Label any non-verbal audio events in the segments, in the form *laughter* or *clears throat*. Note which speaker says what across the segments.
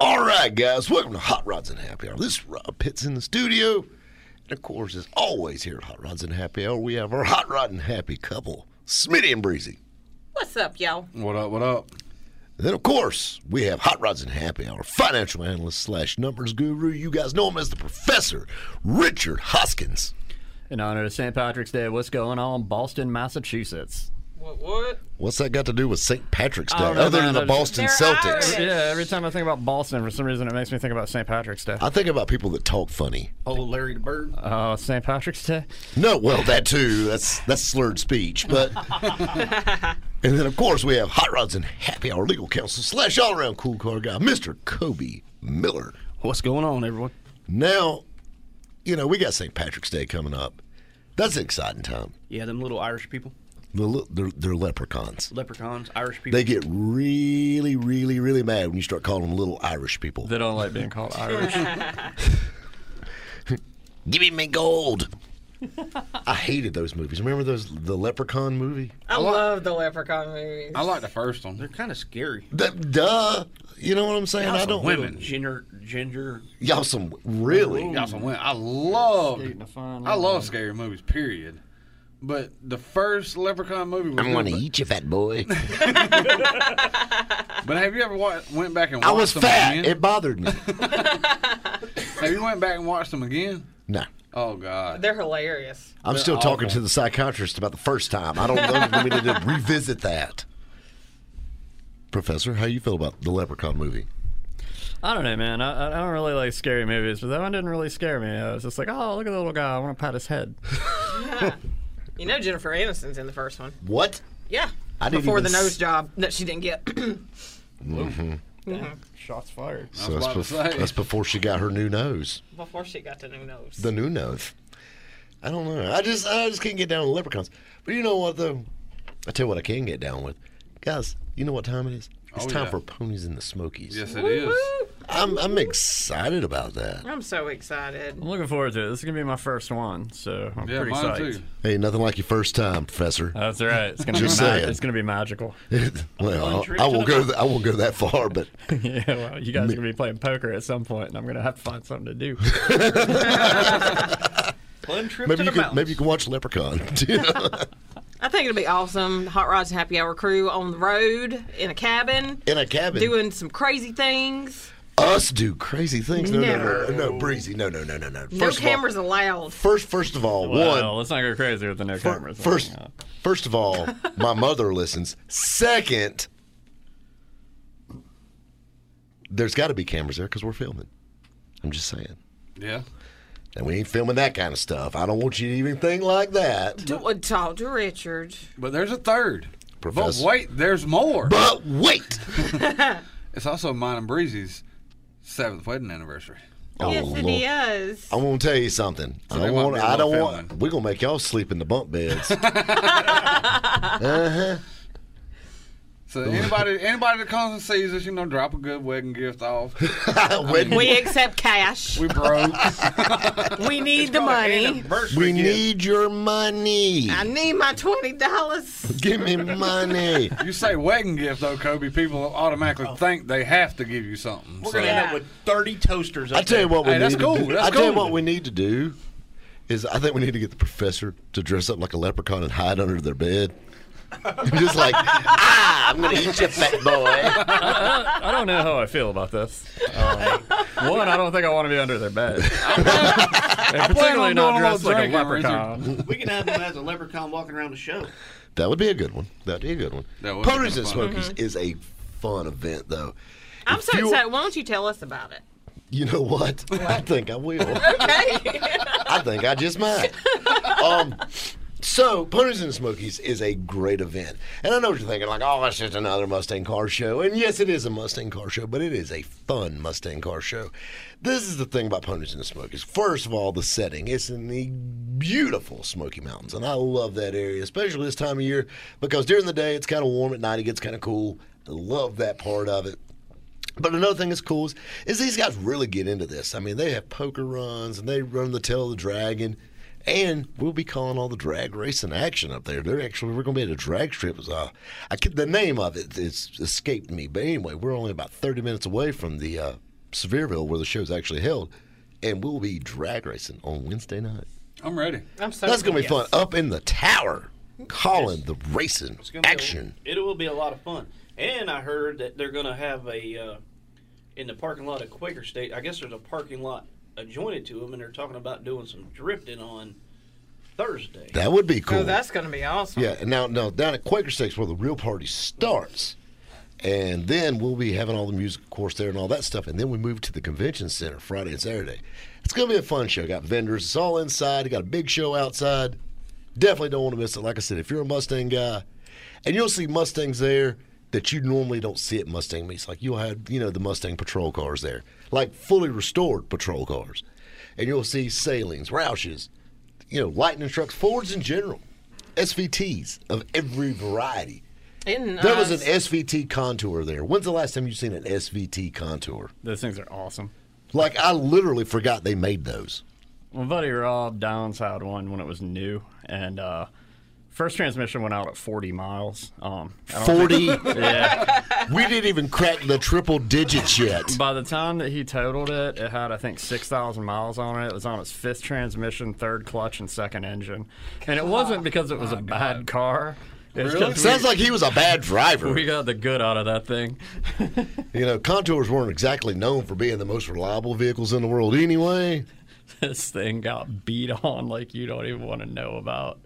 Speaker 1: All right, guys, welcome to Hot Rods and Happy Hour. This is Rob Pitts in the studio. And of course, as always, here at Hot Rods and Happy Hour, we have our Hot Rod and Happy couple, Smitty and Breezy.
Speaker 2: What's up, y'all?
Speaker 3: What up? What up?
Speaker 1: And then, of course, we have Hot Rods and Happy Hour, financial analyst slash numbers guru. You guys know him as the professor, Richard Hoskins.
Speaker 4: In honor of St. Patrick's Day, what's going on, Boston, Massachusetts?
Speaker 2: What? What?
Speaker 1: What's that got to do with St. Patrick's Day,
Speaker 4: I don't know,
Speaker 1: other
Speaker 4: man.
Speaker 1: than the
Speaker 4: They're
Speaker 1: Boston
Speaker 2: They're
Speaker 1: Celtics?
Speaker 2: Irish.
Speaker 4: Yeah, every time I think about Boston, for some reason, it makes me think about St. Patrick's Day.
Speaker 1: I think about people that talk funny.
Speaker 3: Old Larry the Bird.
Speaker 4: Oh, St. Patrick's Day?
Speaker 1: No, well, that too. That's that's slurred speech. But and then of course we have Hot Rods and Happy Hour legal counsel slash all around cool car guy, Mister Kobe Miller.
Speaker 3: What's going on, everyone?
Speaker 1: Now, you know we got St. Patrick's Day coming up. That's an exciting time.
Speaker 3: Yeah, them little Irish people,
Speaker 1: The le- They're, they're leprechauns.
Speaker 3: leprechauns, Irish people.
Speaker 1: They get really, really, really mad when you start calling them little Irish people.
Speaker 4: They don't like being called Irish.
Speaker 1: Give me my gold. I hated those movies. Remember those the Leprechaun movie?
Speaker 2: I love the Leprechaun movies.
Speaker 5: I like the first one.
Speaker 3: They're kind of scary.
Speaker 1: That, duh. You know what I'm saying? I don't.
Speaker 5: women.
Speaker 3: Ginger, ginger.
Speaker 1: Y'all some really.
Speaker 5: Y'all some women. I love.
Speaker 4: Skating a fine
Speaker 5: I
Speaker 4: line.
Speaker 5: love scary movies. Period. But the first Leprechaun movie was.
Speaker 1: I'm gonna
Speaker 5: good,
Speaker 1: eat you, fat
Speaker 5: *laughs*
Speaker 1: boy.
Speaker 5: but, but have you ever wa- went back and
Speaker 1: I was
Speaker 5: watched them
Speaker 1: fat.
Speaker 5: again?
Speaker 1: It bothered
Speaker 5: *laughs*
Speaker 1: me.
Speaker 5: Have you went back and watched them again?
Speaker 1: No.
Speaker 5: Oh God.
Speaker 2: They're hilarious.
Speaker 1: I'm still talking to the psychiatrist about the first time. I don't know if we need to
Speaker 5: *laughs*
Speaker 1: revisit that. Professor, how you feel about the Leprechaun movie?
Speaker 4: I don't know, man. I, I don't really like scary movies, but that one didn't really scare me. I was just like, oh, look at the little guy. I want to pat his head.
Speaker 2: You know Jennifer Aniston's in the first one.
Speaker 1: What?
Speaker 2: Yeah.
Speaker 1: I didn't
Speaker 2: Before
Speaker 1: even
Speaker 2: the
Speaker 1: s-
Speaker 2: nose job that she didn't get. *clears throat*
Speaker 4: Shots fired.
Speaker 1: So
Speaker 5: was
Speaker 1: that's,
Speaker 5: about to
Speaker 1: bef-
Speaker 5: say.
Speaker 1: that's before she got her new nose.
Speaker 2: Before she got the new nose.
Speaker 1: The new nose. I don't know. I just I just can't get down with leprechauns. But you know what though? I tell you what I can get down with. Guys, you know what time it is? It's
Speaker 5: Oh,
Speaker 1: time
Speaker 5: yeah.
Speaker 1: for ponies in the Smokies.
Speaker 5: Yes, it is.
Speaker 1: I'm I'm excited about that.
Speaker 2: I'm so excited.
Speaker 4: I'm looking forward to it. This is going to be my first one, so I'm
Speaker 5: Yeah,
Speaker 4: pretty
Speaker 5: mine
Speaker 4: psyched.
Speaker 5: too.
Speaker 1: Hey, nothing like your first time, Professor.
Speaker 4: That's right. It's gonna
Speaker 1: Just
Speaker 4: be
Speaker 1: saying.
Speaker 4: It's gonna be magical.
Speaker 1: *laughs*
Speaker 4: *laughs*
Speaker 1: well,
Speaker 3: trip
Speaker 1: I, I
Speaker 3: to
Speaker 1: won't
Speaker 3: the
Speaker 1: go. Th- I won't go that far, but
Speaker 4: yeah, well, you guys are gonna be playing poker at some point, and I'm gonna have to find something to do.
Speaker 3: Fun trip
Speaker 1: maybe
Speaker 3: to
Speaker 1: you
Speaker 3: the
Speaker 1: can.
Speaker 3: mountains.
Speaker 1: Maybe you can watch Leprechaun. *laughs*
Speaker 2: I think it'll be awesome. Hot Rods and Happy Hour crew on the road in a cabin,
Speaker 1: in a cabin.
Speaker 2: doing some crazy things.
Speaker 1: us do crazy things. No, no, no,
Speaker 2: Never.
Speaker 1: no, no, breezy. No, no, no, no, no.
Speaker 2: No
Speaker 1: First of all-
Speaker 2: cameras allowed.
Speaker 1: first, first of all, *laughs*
Speaker 4: Well,
Speaker 1: one.
Speaker 4: let's not go crazy with the no
Speaker 1: fir-
Speaker 4: cameras.
Speaker 1: First, first of all, my mother listens. Second, there's got to be cameras there because we're filming. I'm just saying.
Speaker 5: Yeah.
Speaker 1: And we ain't filming that kind of stuff. I don't want you to even think like that.
Speaker 2: To, uh, talk to Richard.
Speaker 5: But there's a third.
Speaker 1: Professor.
Speaker 5: But wait, there's more.
Speaker 1: But wait.
Speaker 5: It's also mine and Breezy's seventh wedding anniversary.
Speaker 2: yes, it
Speaker 1: Oh, Lord.
Speaker 2: is.
Speaker 1: I'm gonna tell you something. I
Speaker 5: they
Speaker 1: don't
Speaker 5: might
Speaker 1: want.
Speaker 5: be
Speaker 1: I don't
Speaker 5: little
Speaker 1: want.
Speaker 5: feminine.
Speaker 1: We're gonna make y'all sleep in the bunk
Speaker 5: *laughs*
Speaker 1: beds. Uh-huh.
Speaker 5: So anybody anybody that comes and sees us, you know, drop a good wedding gift off.
Speaker 1: Wedding-
Speaker 2: We
Speaker 1: *laughs*
Speaker 2: accept cash.
Speaker 5: We broke.
Speaker 2: *laughs* We need the money.
Speaker 5: Anniversary
Speaker 1: we
Speaker 5: gift.
Speaker 1: need your money.
Speaker 2: I need my twenty dollars.
Speaker 1: *laughs* Give me money.
Speaker 5: You say wedding gift though, Kobe. People automatically
Speaker 2: Oh.
Speaker 5: think they have to give you something.
Speaker 3: We're
Speaker 5: so-
Speaker 3: gonna end up with thirty toasters.
Speaker 1: I
Speaker 3: up
Speaker 1: tell you
Speaker 3: there.
Speaker 1: what we
Speaker 5: Hey,
Speaker 1: need
Speaker 5: that's
Speaker 1: to
Speaker 5: cool.
Speaker 1: do.
Speaker 5: That's
Speaker 1: I tell you
Speaker 5: cool.
Speaker 1: what we need to do is I think we need to get the professor to dress up like a leprechaun and hide under their bed. *laughs* Just like ah, I'm gonna eat you, fat boy.
Speaker 4: I don't know how I feel about this. Um, one, I don't think I want to be under their bed, and particularly
Speaker 5: on
Speaker 4: not
Speaker 5: doing a little
Speaker 4: dressed like a
Speaker 5: drinking, Richard.
Speaker 4: leprechaun.
Speaker 3: We can have them as a leprechaun walking around the show.
Speaker 1: That would be a good one. That'd be a good one.
Speaker 5: That would be
Speaker 1: Ponies
Speaker 5: kinda
Speaker 1: and
Speaker 5: fun. Mm-hmm.
Speaker 1: Smokies is a fun event, though.
Speaker 2: I'm so
Speaker 1: you-
Speaker 2: excited. Why don't you tell us about it?
Speaker 1: You know what?
Speaker 5: *laughs*
Speaker 1: I think I will.
Speaker 2: *laughs* Okay.
Speaker 1: I think I just might. Um, So, Ponies and Smokies is a great event. And I know what you're thinking, like, oh, that's just another Mustang car show. And yes, it is a Mustang car show, but it is a fun Mustang car show. This is the thing about Ponies and Smokies. First of all, the setting. It's in the beautiful Smoky Mountains. And I love that area, especially this time of year, because during the day it's kind of warm, at night it gets kind of cool. I love that part of it. But another thing that's cool is, is these guys really get into this. I mean, they have poker runs and they run the tail of the dragon. And we'll be calling all the drag racing action up there. They're actually we're going to be at a drag strip. Uh, I could, the name of it it's escaped me, but anyway, we're only about thirty minutes away from the uh, Sevierville where the show's actually held, and we'll be drag racing on Wednesday night.
Speaker 5: I'm ready.
Speaker 2: I'm so
Speaker 1: That's going to be
Speaker 2: yes.
Speaker 1: fun. Up in the tower, calling the racing
Speaker 3: It's gonna be a-
Speaker 1: action.
Speaker 3: it will be a lot of fun. And I heard that they're going to have a uh, in the parking lot of Quaker State. I guess there's a parking lot adjointed to them, and they're talking about doing some drifting on Thursday.
Speaker 1: That would be cool.
Speaker 2: Oh, that's gonna be awesome.
Speaker 1: Yeah, and now now down at Quaker Stakes where the real party starts, and then we'll be having all the music, of course, there and all that stuff, and then we move to the convention center Friday and Saturday. It's gonna be a fun show. Got vendors, it's all inside. You got a big show outside. Definitely don't want to miss it. Like I said, if you're a Mustang guy, and you'll see Mustangs there that you normally don't see at Mustang meets. Like you'll have you know the Mustang patrol cars there, like fully restored patrol cars, and you'll see Salings, Roushes, you know, lightning trucks, Fords in general, SVTs of every variety.
Speaker 2: And,
Speaker 1: There
Speaker 2: uh,
Speaker 1: was an SVT contour there. When's the last time you've seen an SVT contour?
Speaker 4: *laughs* Those things are awesome.
Speaker 1: Like I literally forgot they made those.
Speaker 4: My buddy Rob Downs had one when it was new, and uh, first transmission went out at 40 miles. Um, I don't *laughs*
Speaker 1: Forty.
Speaker 4: think- yeah.
Speaker 1: we didn't even crack the triple digits yet.
Speaker 4: By the time that he totaled it, it had I think 6,000 miles on it. It was on its fifth transmission, third clutch, and second engine. And it wasn't because it was a bad car. It's
Speaker 5: Really?
Speaker 4: 'cause
Speaker 1: Sounds like he was a bad driver.
Speaker 4: we, *laughs* we got the good out of that thing.
Speaker 1: You know, contours weren't exactly known for being the most reliable vehicles in the world anyway.
Speaker 4: this thing got beat on like you don't even want to know about.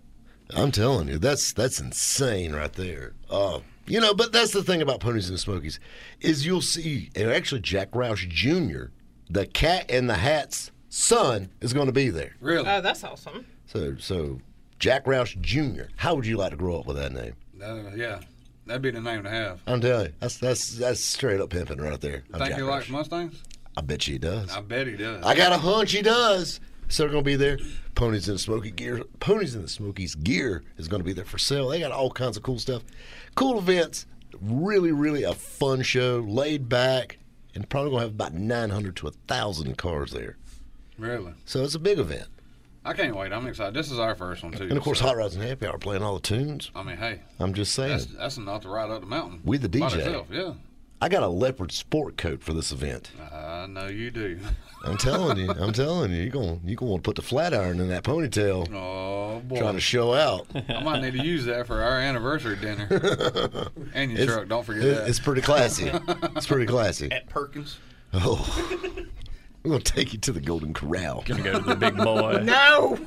Speaker 1: I'm telling you, that's that's insane right there. Uh, you know, but that's the thing about Ponies and the Smokies is you'll see, and actually Jack Roush Jr., the Cat in the Hat's son, is going to be there.
Speaker 5: Really?
Speaker 2: Oh, that's awesome.
Speaker 1: So, so Jack Roush Jr. How would you like to grow up with that name?
Speaker 5: Uh, yeah. That'd be the name to have.
Speaker 1: I'm telling you, that's that's that's straight up pimping right there. I'm
Speaker 5: Think
Speaker 1: Jack
Speaker 5: he likes
Speaker 1: Roush.
Speaker 5: Mustangs?
Speaker 1: I bet you he does.
Speaker 5: I bet he does.
Speaker 1: I got a hunch he does. So they're going to be there. Ponies in the Smoky gear. Ponies in the Smokies gear is going to be there for sale. They got all kinds of cool stuff, cool events. Really, really a fun show. Laid back, and probably going to have about nine hundred to thousand cars there.
Speaker 5: really?
Speaker 1: So it's a big event.
Speaker 5: I can't wait. I'm excited. This is our first one, too.
Speaker 1: And of course,
Speaker 5: so-
Speaker 1: Hot Rods and Happy Hour playing all the tunes.
Speaker 5: I mean, hey,
Speaker 1: I'm just saying.
Speaker 5: that's, that's enough to ride up the mountain.
Speaker 1: We the
Speaker 5: By
Speaker 1: DJ.
Speaker 5: yourself, yeah.
Speaker 1: I got a leopard sport coat for this event.
Speaker 5: I know you do. *laughs*
Speaker 1: I'm telling you. I'm telling you. You're going. You're going to put the flat iron in that ponytail,
Speaker 5: Oh, boy.
Speaker 1: trying to show out.
Speaker 5: I might need to use that for our anniversary
Speaker 1: *laughs*
Speaker 5: dinner. and your truck. Don't forget
Speaker 1: It-
Speaker 5: that.
Speaker 1: It's pretty classy. It's pretty classy.
Speaker 6: Eh.
Speaker 3: At Perkins.
Speaker 1: Oh, we're gonna take you to the Golden Corral.
Speaker 4: Gonna go to the
Speaker 2: *laughs*
Speaker 4: big boy.
Speaker 2: No.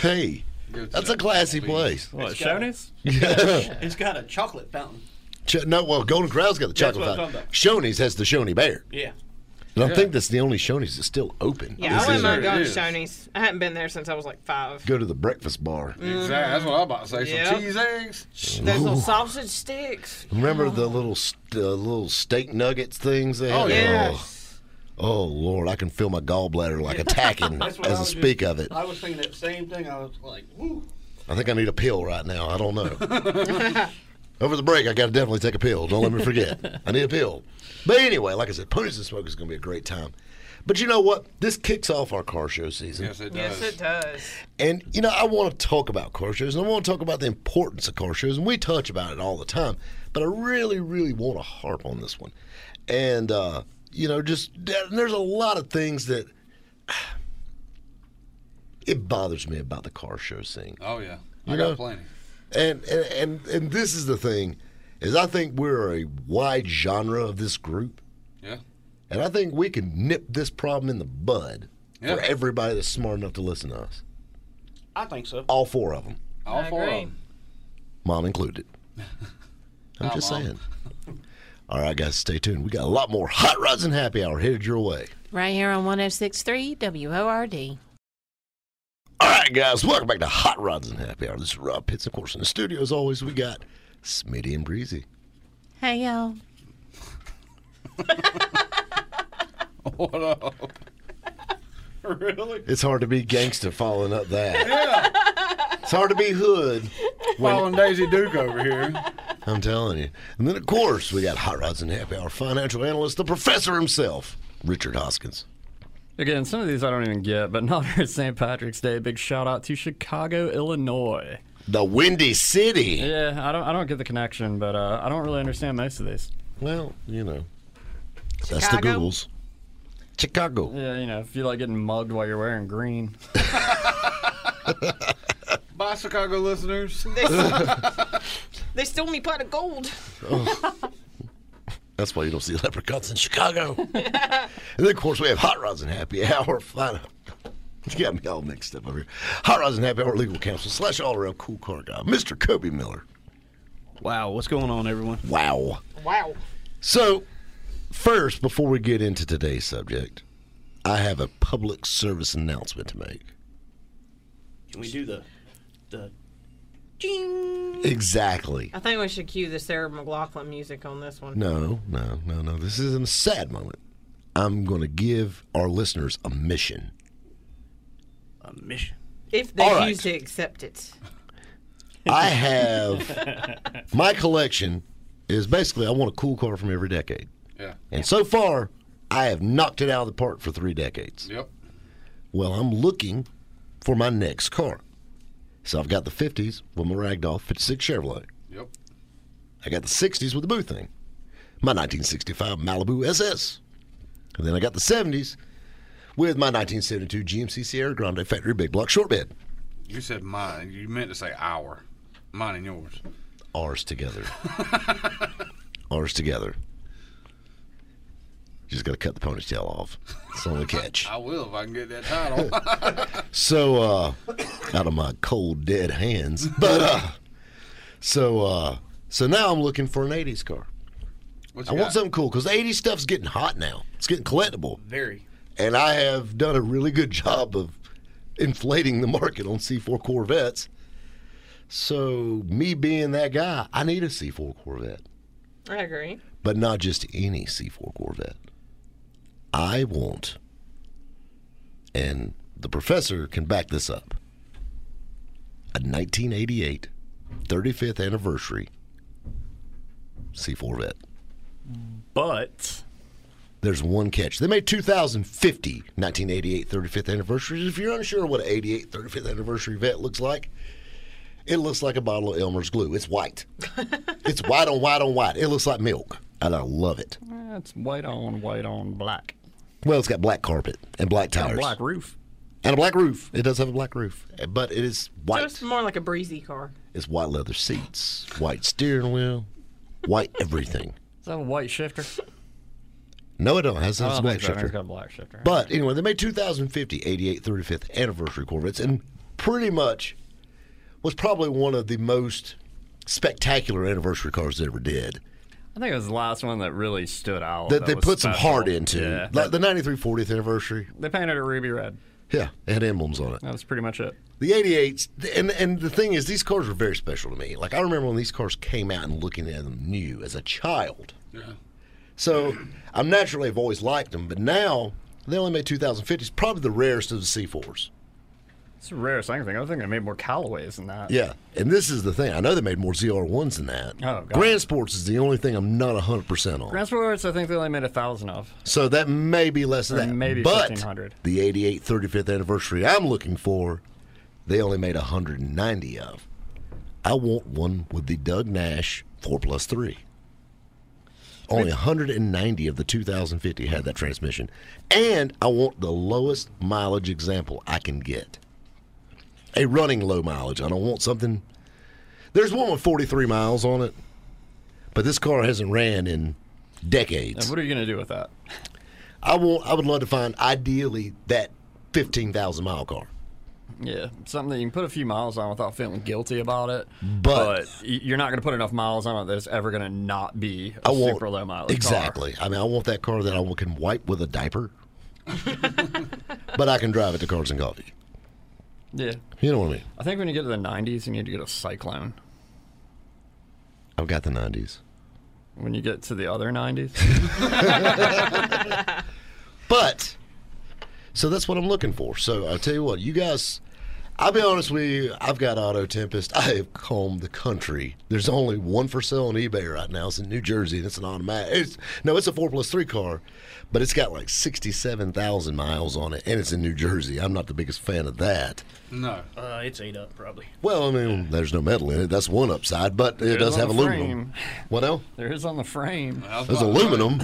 Speaker 1: Hey,
Speaker 5: Good
Speaker 1: that's a
Speaker 5: stuff.
Speaker 1: classy
Speaker 5: Please.
Speaker 1: place.
Speaker 4: What,
Speaker 3: It's got-
Speaker 4: Shoney's?
Speaker 3: *laughs* It's got a chocolate fountain.
Speaker 1: Ch- no, well, Golden Corral's got the
Speaker 3: That's
Speaker 1: chocolate
Speaker 3: what I'm
Speaker 1: fountain.
Speaker 3: talking
Speaker 1: Shoney's has the Shoney Bear,
Speaker 3: Yeah.
Speaker 1: and I think that's the only Shoney's that's still open.
Speaker 2: Yeah,
Speaker 1: This
Speaker 2: I wouldn't
Speaker 1: is-
Speaker 5: sure
Speaker 2: mind going to
Speaker 5: it is.
Speaker 2: Shoney's. I haven't been there since I was like five.
Speaker 1: Go to the breakfast bar.
Speaker 5: Exactly. That's what I was about to say.
Speaker 2: Yep.
Speaker 5: Some cheese eggs.
Speaker 2: Those little sausage sticks.
Speaker 1: Remember the little st- uh, little steak nuggets things they had?
Speaker 5: Oh, yeah.
Speaker 2: Yes.
Speaker 1: Oh, oh, Lord, I can feel my gallbladder like attacking
Speaker 3: That's
Speaker 1: as
Speaker 3: what
Speaker 1: I,
Speaker 3: I was
Speaker 1: speak
Speaker 3: just-
Speaker 1: of it.
Speaker 3: I was thinking that same thing. I was like, woo.
Speaker 1: I think I need a pill right now. I don't know. Over the break, I got to definitely take a pill. Don't let me forget. I need a pill. But anyway, like I said, Ponies and Smoke is going to be a great time. But you know what? This kicks off our car show season.
Speaker 5: Yes, it does.
Speaker 2: Yes, it does.
Speaker 1: And, you know, I want to talk about car shows and I want to talk about the importance of car shows. And we touch about it all the time. But I really, really want to harp on this one. And, uh, you know, just there's a lot of things that *sighs* it bothers me about the car show scene.
Speaker 5: Oh, yeah.
Speaker 1: You
Speaker 5: I
Speaker 1: know-
Speaker 5: got plenty.
Speaker 1: And and, and and this is the thing, is I think we're a wide genre of this group,
Speaker 5: Yeah.
Speaker 1: and I think we can nip this problem in the bud
Speaker 5: Yeah.
Speaker 1: for everybody that's smart enough to listen to us.
Speaker 3: I think so.
Speaker 1: All four of them,
Speaker 5: All
Speaker 2: I
Speaker 5: four
Speaker 2: agree.
Speaker 5: of them. *laughs*
Speaker 1: mom included. I'm
Speaker 5: Hi,
Speaker 1: just
Speaker 5: Mom.
Speaker 1: saying. All right, guys, stay tuned. We got a lot more hot rods and happy hour headed your way.
Speaker 6: Right here on 1063 WORD.
Speaker 1: right, guys, welcome back to Hot Rods and Happy Hour. This is Rob Pitts, of course, in the studio. As always, we got Smitty and Breezy.
Speaker 2: Hey y'all. *laughs*
Speaker 5: What up?
Speaker 3: really?
Speaker 1: It's hard to be gangster following up that.
Speaker 5: Yeah,
Speaker 1: It's hard to be hood.
Speaker 5: following Daisy Duke over here.
Speaker 2: *laughs*
Speaker 1: I'm telling you. And then, of course, we got Hot Rods and Happy Hour financial analyst, the professor himself, Richard Hoskins.
Speaker 4: Again, some of these I don't even get, but in *laughs* honor of St. Patrick's Day, big shout out to Chicago, Illinois.
Speaker 1: The Windy City.
Speaker 4: Yeah, I don't, I don't get the connection, but uh, I don't really understand most of these.
Speaker 1: Well, you know, that's the
Speaker 2: Chicago?
Speaker 1: Googles. Chicago.
Speaker 4: Yeah, you know, if you like getting mugged while you're wearing green.
Speaker 5: Bye,
Speaker 2: *laughs*
Speaker 5: Chicago listeners.
Speaker 2: They still me pot of gold.
Speaker 1: That's why you don't see leprechauns in Chicago. and then, of course, we have Hot Rods and Happy Hour. Flat out. You got me all mixed up over here. Hot Rods and Happy Hour legal counsel slash all around cool car guy, Mr. Kobe Miller.
Speaker 3: Wow, what's going on, everyone?
Speaker 1: Wow.
Speaker 2: Wow.
Speaker 1: So, first, before we get into today's subject, I have a public service announcement to make.
Speaker 3: Can we do the the
Speaker 2: Jing.
Speaker 1: Exactly.
Speaker 2: I think we should cue the Sarah McLaughlin music on this one.
Speaker 1: No, no, no, no. This isn't a sad moment. I'm going to give our listeners a mission.
Speaker 3: uh, mission?
Speaker 2: If they
Speaker 1: All right.
Speaker 2: choose to accept it.
Speaker 1: I have my collection is basically I want a cool car from every decade.
Speaker 5: *laughs* Yeah.
Speaker 1: And so far, I have knocked it out of the park for three decades.
Speaker 5: Yep.
Speaker 1: Well, I'm looking for my next car. So I've got the 50s with my Ragdoll 56 Chevrolet.
Speaker 5: Yep.
Speaker 1: I got the 60s with the Boo thing, my 1965 Malibu SS. And then I got the 70s with my 1972 GMC Sierra Grande factory big block short bed.
Speaker 5: You said mine. You meant to say our. Mine and yours.
Speaker 1: ours
Speaker 5: *laughs*
Speaker 1: together. ours together. Just got to cut the ponytail off. It's the only catch.
Speaker 5: I will if I can get that
Speaker 2: *laughs*
Speaker 5: title.
Speaker 1: So, uh, out of my cold, dead hands. But, uh, so, uh, so now I'm looking for an 80s car.
Speaker 5: What
Speaker 1: I
Speaker 5: you
Speaker 1: want
Speaker 5: got?
Speaker 1: something cool because the 80s stuff's getting hot now. It's getting collectible.
Speaker 3: Very.
Speaker 1: And I have done a really good *laughs* job of inflating the market on C4 Corvettes. So, me being that guy, I need a C4 Corvette.
Speaker 2: I agree.
Speaker 1: but not just any C4 Corvette. I want, and the professor can back this up, a 1988 35th anniversary C4 Corvette.
Speaker 4: But
Speaker 1: There's one catch. They made 2050 1988 35th anniversaries. If you're unsure what an 88 35th anniversary vet looks like, it looks like a bottle of Elmer's glue. It's white. it's white on white on white. It looks like milk, and I love it.
Speaker 4: eh, it's white on, white on, black.
Speaker 1: Well, it's got black carpet and black
Speaker 4: Got a
Speaker 1: tires
Speaker 4: black roof.
Speaker 1: and a black roof. It does have a black roof, but it is
Speaker 2: So
Speaker 1: white.
Speaker 2: it's more like a breezy car.
Speaker 1: It's white leather seats, white steering wheel, white everything.
Speaker 4: Is that a white shifter?
Speaker 1: No, it don't. It has
Speaker 4: I
Speaker 1: a
Speaker 4: don't
Speaker 1: black
Speaker 4: think so. I think It's
Speaker 1: shifter.
Speaker 4: got a black shifter.
Speaker 1: But anyway, they made 2050 88 35th anniversary Corvettes, and pretty much was probably one of the most spectacular anniversary cars they ever did.
Speaker 4: I think it was the last one Oh, that really stood out.
Speaker 1: That, they
Speaker 4: was
Speaker 1: put some
Speaker 4: special.
Speaker 1: heart into,
Speaker 4: Yeah.
Speaker 1: like the 93 40th anniversary.
Speaker 4: They painted it ruby red.
Speaker 1: Yeah, it had emblems on it.
Speaker 4: That was pretty much it.
Speaker 1: The 88s, and and the thing is, these cars were very special to me. Like I remember when these cars came out and looking at them new as a child.
Speaker 5: Yeah.
Speaker 1: So I'm naturally have always liked them, but now they only made 2050s, probably the rarest of the C4s.
Speaker 4: It's the rarest I can think. of. I think they made more Callaways than that.
Speaker 1: Yeah, and this is the thing. I know they made more ZR1s than that.
Speaker 4: Oh, God.
Speaker 1: Grand Sports is the only thing I'm not 100 percent on.
Speaker 4: Transports, I think they only made a thousand of.
Speaker 1: so that may be less than
Speaker 4: Or
Speaker 1: that.
Speaker 4: maybe
Speaker 1: but
Speaker 4: 1500.
Speaker 1: the 88 35th anniversary I'm looking for, they only made 190 of. I want one with the Doug Nash 4 plus 3. Only 190 of the 2050 had that transmission. And I want the lowest mileage example I can get. A running low mileage. I don't want something. There's one with 43 miles on it, but this car hasn't ran in decades.
Speaker 4: And what are you gonna do with that?
Speaker 1: I want. I would love to find ideally that fifteen thousand mile car.
Speaker 4: Yeah, something that you can put a few miles on without feeling guilty about it.
Speaker 1: But-
Speaker 4: But y you're not gonna put enough miles on it that it's ever gonna not be a
Speaker 1: I want
Speaker 4: super low mileage. car.
Speaker 1: Exactly. I mean, I want that car that I can wipe with a diaper, but I can drive it to Cars and Coffee.
Speaker 4: Yeah.
Speaker 1: You know what I mean?
Speaker 4: I think when you get to the 90s, you need to get a cyclone.
Speaker 1: I've got the 90s.
Speaker 4: When you get to the other
Speaker 1: *laughs*
Speaker 4: 90s,
Speaker 1: But so that's what I'm looking for. So I tell you what, you guys. I'll be honest with you. I've got Auto Tempest. I have combed the country. There's only one for sale on eBay right now. It's in New Jersey, and it's an automatic. It's, no, it's a four plus three car, but it's got like sixty-seven thousand miles on it, and it's in New Jersey. I'm not the biggest fan of that.
Speaker 5: No.
Speaker 6: Uh, it's ate up
Speaker 3: *laughs*
Speaker 6: probably.
Speaker 1: Well, I mean, there's no metal in it. That's one upside, but it does
Speaker 4: on
Speaker 1: have
Speaker 4: the
Speaker 1: aluminum.
Speaker 4: frame.
Speaker 1: What else?
Speaker 4: there is on the frame.
Speaker 1: There's aluminum,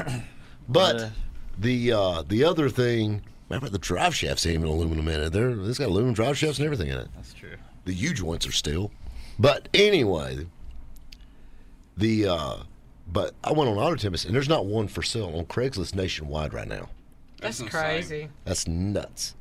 Speaker 1: but the uh, the other thing. Remember, the drive shafts ain't even aluminum in it. They're, it's got aluminum drive shafts and everything in it.
Speaker 4: That's true.
Speaker 1: The U joints are steel, but anyway, the uh, but I went on Auto Tempest and there's not one for sale on Craigslist nationwide right now.
Speaker 2: That's,
Speaker 5: insane.
Speaker 2: crazy.
Speaker 1: That's nuts.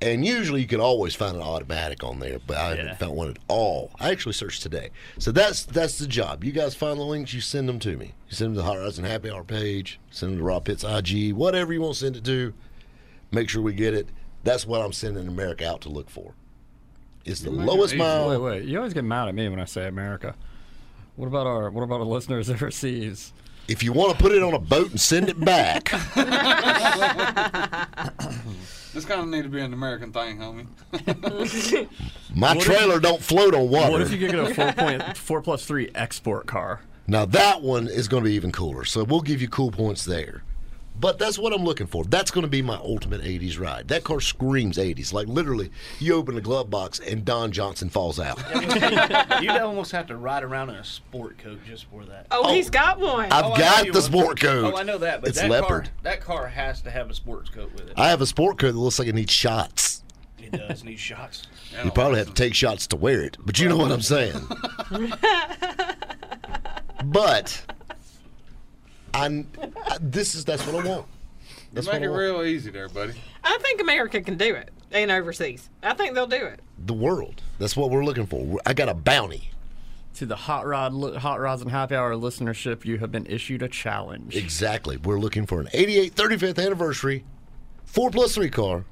Speaker 1: And usually you could always find an automatic on there, but I
Speaker 6: Yeah.
Speaker 1: haven't found one at all. I actually searched today. So that's that's the job. You guys find the links, you send them to me. You send them to the Hot Rods and Happy Hour page, send them to Rob Pitts IG, whatever you want to send it to. Make sure we get it. That's what I'm sending America out to look for. It's the lowest
Speaker 5: easy.
Speaker 1: mile.
Speaker 4: Wait, wait. You always get mad at me when I say America. What about our What about our listeners overseas?
Speaker 1: If you want to put it on a boat and send it
Speaker 4: *laughs*
Speaker 1: back,
Speaker 5: This kind of need to be an American thing, homie.
Speaker 2: *laughs*
Speaker 1: my trailer don't float on water.
Speaker 4: What if you
Speaker 1: *laughs*
Speaker 4: could get a four point four plus three export car?
Speaker 1: Now that one is going to be even cooler. So we'll give you cool points there. But that's what I'm looking for. That's going to be my ultimate 80s ride. That car screams 80s. Like literally, you open the glove box and Don Johnson falls out.
Speaker 6: You'd almost have to ride around in a sport coat just for that.
Speaker 2: Oh, he's got one.
Speaker 1: I've
Speaker 6: Oh, I know
Speaker 1: got
Speaker 6: you
Speaker 1: the
Speaker 6: would.
Speaker 1: sport coat.
Speaker 6: Oh, I know that, but
Speaker 1: it's
Speaker 6: that
Speaker 1: leopard.
Speaker 6: car that car has to have a sports coat with it.
Speaker 1: I have a sport coat that looks like it needs shots.
Speaker 6: It does need shots.
Speaker 1: *laughs* You probably have to take shots to wear it, but you know what I'm
Speaker 6: *laughs*
Speaker 1: saying. but I, I this is that's what I want. That's
Speaker 5: Make
Speaker 1: what *laughs* I
Speaker 5: it
Speaker 1: want.
Speaker 5: real easy there, buddy.
Speaker 2: I think America can do it and overseas. I think they'll do it.
Speaker 1: the world. That's what we're looking for. I got a bounty.
Speaker 4: To the hot rod, li- hot rods and happy hour listenership, you have been issued a challenge. *laughs*
Speaker 1: Exactly. We're looking for an 88 35th anniversary, four plus three car,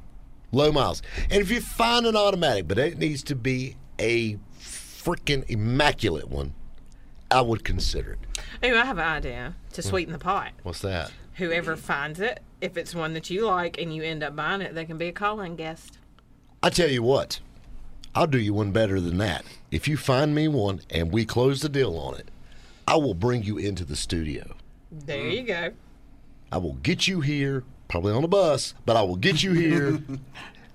Speaker 1: low miles. And if you find an automatic, but it needs to be a freaking immaculate one, I would consider it.
Speaker 2: Ooh, I have an idea to
Speaker 1: Hmm.
Speaker 2: sweeten the pot.
Speaker 1: What's that?
Speaker 2: *clears throat* Whoever finds it, if it's one that you like and you end up buying it, they can be a call-in guest.
Speaker 1: I tell you what, I'll do you one better than that. If you find me one and we close the deal on it, I will bring you into the studio.
Speaker 2: There
Speaker 1: Hmm.
Speaker 2: you go.
Speaker 1: I will get you here, probably on a bus, but I will get you here,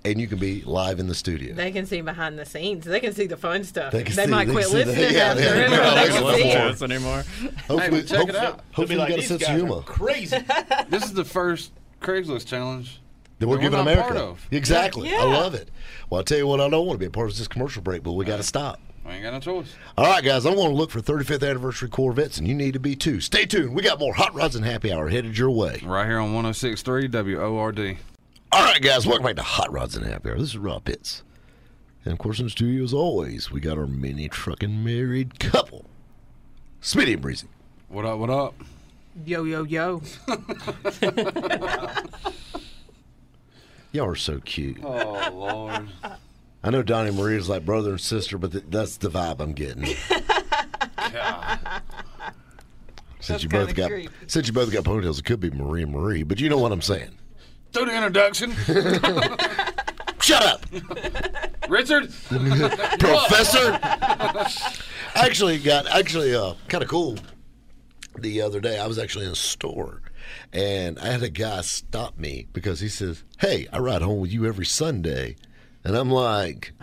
Speaker 1: and you can be live in the studio.
Speaker 2: They can see behind the scenes. They can see the fun stuff. They,
Speaker 1: They can see-
Speaker 2: might
Speaker 1: they
Speaker 2: quit
Speaker 1: can see the- *laughs*
Speaker 2: listening
Speaker 1: yeah,
Speaker 2: after
Speaker 1: yeah,
Speaker 2: it,
Speaker 1: yeah,
Speaker 2: but
Speaker 1: they
Speaker 2: they
Speaker 1: can
Speaker 2: can
Speaker 1: listen
Speaker 2: see
Speaker 1: to
Speaker 2: it.
Speaker 4: Us anymore.
Speaker 1: Hopefully,
Speaker 5: check it
Speaker 1: hopefully-
Speaker 5: out.
Speaker 6: They'll be
Speaker 1: hopefully you got a
Speaker 6: "These
Speaker 1: sense of
Speaker 6: guys are
Speaker 1: humor
Speaker 3: *laughs*
Speaker 6: Crazy.
Speaker 5: This is the first Craigslist challenge.
Speaker 1: that we're
Speaker 5: we're
Speaker 1: giving
Speaker 5: not
Speaker 1: America.
Speaker 5: part of.
Speaker 1: Exactly.
Speaker 2: Yeah.
Speaker 1: I love it. Well, I'll tell you what, I don't want to be a part of this commercial break, but we got to stop.
Speaker 5: I ain't got no choice.
Speaker 1: All right, guys, I'm going to look for 35th anniversary Corvettes, and you need to be too. Stay tuned. We got more Hot Rods and Happy Hour headed your way.
Speaker 5: Right here on 106.3 WORD.
Speaker 1: All right, guys, welcome back to Hot Rods and Happy Hour. This is Rob Pitts. And of course, in the studio, as always, we got our mini trucking married couple, Smitty and Breezy.
Speaker 5: What up? What up?
Speaker 2: Yo, yo, yo.
Speaker 1: Y'all are so cute.
Speaker 5: Oh *laughs* Lord.
Speaker 1: I know Donnie and Marie is like brother and sister, but th- that's the vibe I'm getting. Since
Speaker 2: That's
Speaker 1: you both
Speaker 2: kinda
Speaker 1: got
Speaker 2: creepy.
Speaker 1: since you both got ponytails, it could be Marie and Marie, but you know what I'm saying.
Speaker 5: Do the introduction,
Speaker 1: Shut up,
Speaker 5: Richard.
Speaker 1: Professor. *laughs* actually, got actually uh, kind of cool. The other day, I was actually in a store, and I had a guy stop me because he says, "Hey, I ride home with you every Sunday," and I'm like.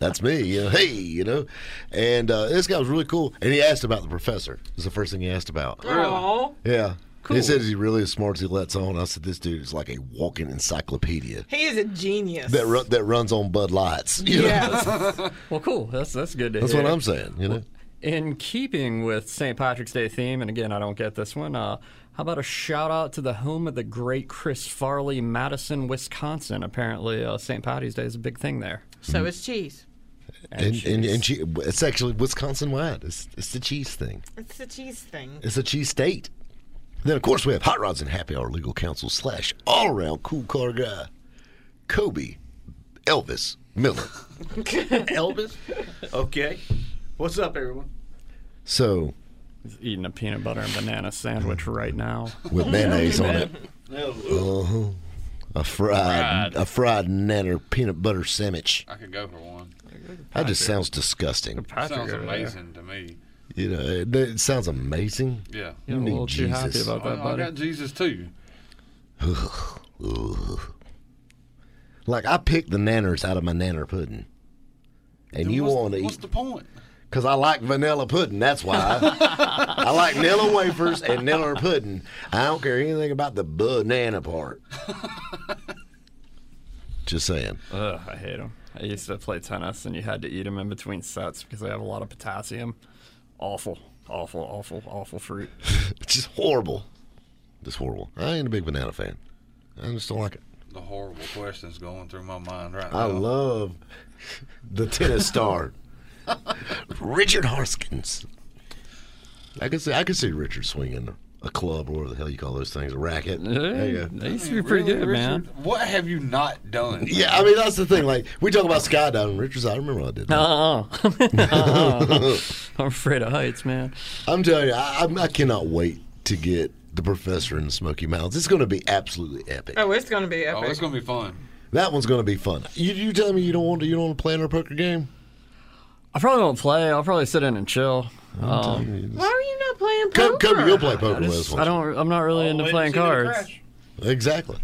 Speaker 1: That's me, you know, hey, you know. And uh, this guy was really cool. And he asked about the professor. It was the first thing he asked about.
Speaker 2: Aw.
Speaker 1: Yeah. He said he's really as smart as he lets on. I said, this dude is like a walking encyclopedia
Speaker 2: He is a genius.
Speaker 1: that ru- that runs on Bud Lights. *laughs* You know?
Speaker 2: yeah.
Speaker 4: Well, cool. That's that's good to
Speaker 1: That's
Speaker 4: hear.
Speaker 1: what I'm saying, you know?
Speaker 4: In keeping with St. Patrick's Day theme, and again, I don't get this one. Uh, how about a shout out to the home of the great Chris Farley, Madison, Wisconsin? Apparently, uh, St. Patty's Day is a big thing there.
Speaker 2: so is cheese.
Speaker 1: And, and, and che- it's actually Wisconsin wide. It's, it's the cheese thing,
Speaker 2: It's the cheese thing.
Speaker 1: it's a cheese state. Then, of course, we have Hot Rods and Happy Hour Legal Counsel slash all around cool car guy, Kobe Elvis Miller.
Speaker 6: Elvis. Okay. What's up, everyone?
Speaker 1: So
Speaker 4: He's eating a peanut butter and banana sandwich
Speaker 1: Mm.
Speaker 4: right now.
Speaker 1: *laughs* with mayonnaise on it, Uh-huh.
Speaker 3: No,
Speaker 1: a fried, a fried natter peanut butter sandwich.
Speaker 5: I could go for one.
Speaker 1: That just sounds disgusting.
Speaker 4: Patrick
Speaker 5: Sounds
Speaker 4: over there.
Speaker 5: amazing to me.
Speaker 1: You know, it, it sounds amazing.
Speaker 5: Yeah.
Speaker 4: Yeah, I'm a
Speaker 1: need
Speaker 4: little too happy
Speaker 1: Jesus.
Speaker 4: about
Speaker 5: I,
Speaker 4: that,
Speaker 5: I got
Speaker 4: buddy.
Speaker 5: Jesus too.
Speaker 1: Like I picked the nanners out of my nanner pudding, and
Speaker 5: Then
Speaker 1: you
Speaker 5: what's-
Speaker 1: want to
Speaker 5: What's
Speaker 1: eat
Speaker 5: the point?
Speaker 1: because I like vanilla pudding. That's why I like Nilla wafers and Nilla pudding. I don't care anything about the banana part. Just saying.
Speaker 4: Ugh, I hate him. I used to play tennis, and you had to eat them in between sets because they have a lot of potassium. Awful, awful, awful, awful fruit.
Speaker 1: It's just horrible. Just horrible. I ain't a big banana fan. I just don't like it.
Speaker 5: The horrible questions going through my mind right
Speaker 1: I
Speaker 4: Oh.
Speaker 5: now.
Speaker 1: love the tennis
Speaker 4: *laughs*
Speaker 1: star, Richard Harskins. I could see I could see Richard swinging a club or whatever the hell you call those things, a
Speaker 4: *laughs*
Speaker 1: racket. There you go.
Speaker 4: They used to be pretty
Speaker 5: Really,
Speaker 4: good,
Speaker 5: Richard?
Speaker 4: man.
Speaker 5: What have you
Speaker 1: *laughs*
Speaker 5: not done?
Speaker 1: Yeah, I mean that's the thing. Like we talk about skydiving, Richard's. I remember I did. That.
Speaker 4: Uh-uh. *laughs* I'm afraid of heights, man.
Speaker 1: I'm telling you, I, I'm- I cannot wait to get the professor in the Smoky Mountains. It's going to be absolutely epic.
Speaker 2: Oh, it's gonna be
Speaker 5: Oh,
Speaker 2: epic.
Speaker 5: it's gonna be fun.
Speaker 1: That one's going to be fun. You, you tell me you don't want to you don't want to play in our poker game?
Speaker 4: I probably won't play. I'll probably sit in and chill. Um,
Speaker 2: Why are you not playing poker?
Speaker 1: Come, come, you'll play
Speaker 4: I,
Speaker 1: poker with us.
Speaker 4: just, I
Speaker 1: once.
Speaker 4: don't. I'm not
Speaker 6: Oh,
Speaker 4: really into playing cards.
Speaker 1: Exactly.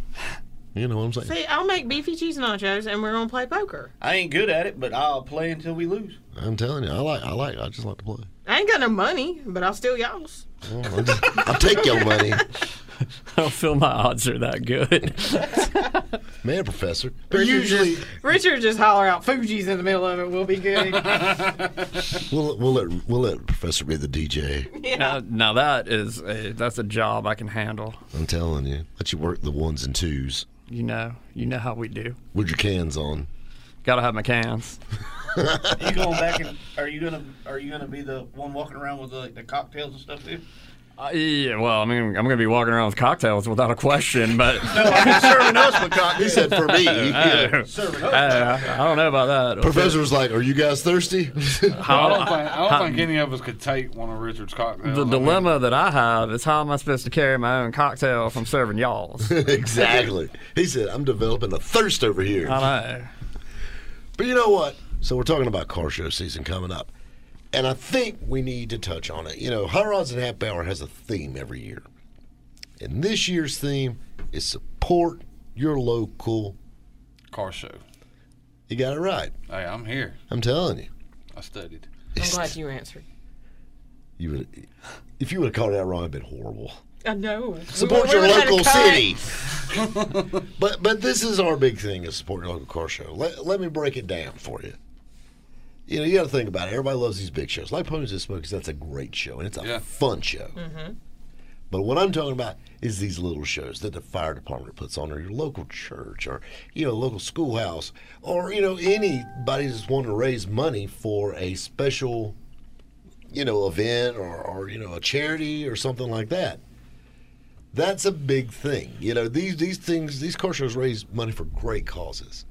Speaker 1: You know what I'm saying?
Speaker 2: See, I'll make beefy cheese nachos, and we're gonna play poker.
Speaker 6: I ain't good at it, but I'll play until we lose.
Speaker 1: I'm telling you, I like, I like, I just like to play.
Speaker 2: I ain't got no money, but I'll steal y'all's.
Speaker 1: I'll, just- I'll take your money,
Speaker 4: *laughs* I don't feel my odds are that good.
Speaker 1: man, Professor. But usually,
Speaker 2: Richard just holler out Fuji's in the middle of it. We'll be good.
Speaker 1: we'll, we'll let we'll let Professor be the DJ.
Speaker 4: now, now that is a that's a job I can handle.
Speaker 1: I'm telling you, let you work the ones and twos
Speaker 4: You know, you know how we do.
Speaker 1: with your cans on.
Speaker 4: Gotta have my cans.
Speaker 6: You going back and are you gonna are you gonna be the one walking around with like the cocktails and stuff too?
Speaker 4: Uh, yeah, well, I mean, I'm gonna be walking around with cocktails without a question, but uh,
Speaker 6: Serving us with
Speaker 1: He
Speaker 6: cocktails.
Speaker 1: said for
Speaker 6: *laughs*
Speaker 1: me. yeah.
Speaker 6: Serving
Speaker 4: uh,
Speaker 6: us.
Speaker 4: I don't know about that.
Speaker 1: Professor was like, "Are you guys thirsty?" *laughs*
Speaker 5: I
Speaker 4: How-
Speaker 5: don't, think, I
Speaker 4: how-
Speaker 5: don't think any of us could take one of Richard's cocktails. I
Speaker 4: the
Speaker 5: mean,
Speaker 4: dilemma that I have is how am I supposed to carry my own cocktail from serving *laughs* y'all's?
Speaker 1: exactly. He said, "I'm developing a thirst over here."
Speaker 4: I know.
Speaker 1: But you know what? So we're talking about car show season coming up, and I think we need to touch on it. You know, High Rods and Half Hour has a theme every year, and this year's theme is support your local.
Speaker 5: car show.
Speaker 1: You got it right.
Speaker 5: Hey, I'm here.
Speaker 1: I'm telling you.
Speaker 5: I studied.
Speaker 2: I'm glad you answered.
Speaker 1: You would, if you would have called it out wrong, it'd been horrible.
Speaker 2: I know.
Speaker 1: Support
Speaker 2: We- we
Speaker 1: your
Speaker 2: would've had a
Speaker 1: local
Speaker 2: cut.
Speaker 1: city. but but this is our big thing is support your local car show. Let, let me break it down for you. You know, you got to think about it. Everybody loves these big shows. Like Ponies and Smokies, that's a great show, and it's a
Speaker 5: Yeah.
Speaker 1: fun show.
Speaker 2: Mm-hmm.
Speaker 1: But what I'm talking about is these little shows that the fire department puts on, or your local church, or you know, local schoolhouse, or you know, anybody that's wanting to raise money for a special, you know, event or, or you know, a charity or something like that. That's a big thing. You know, these these things, these car shows raise money for great causes.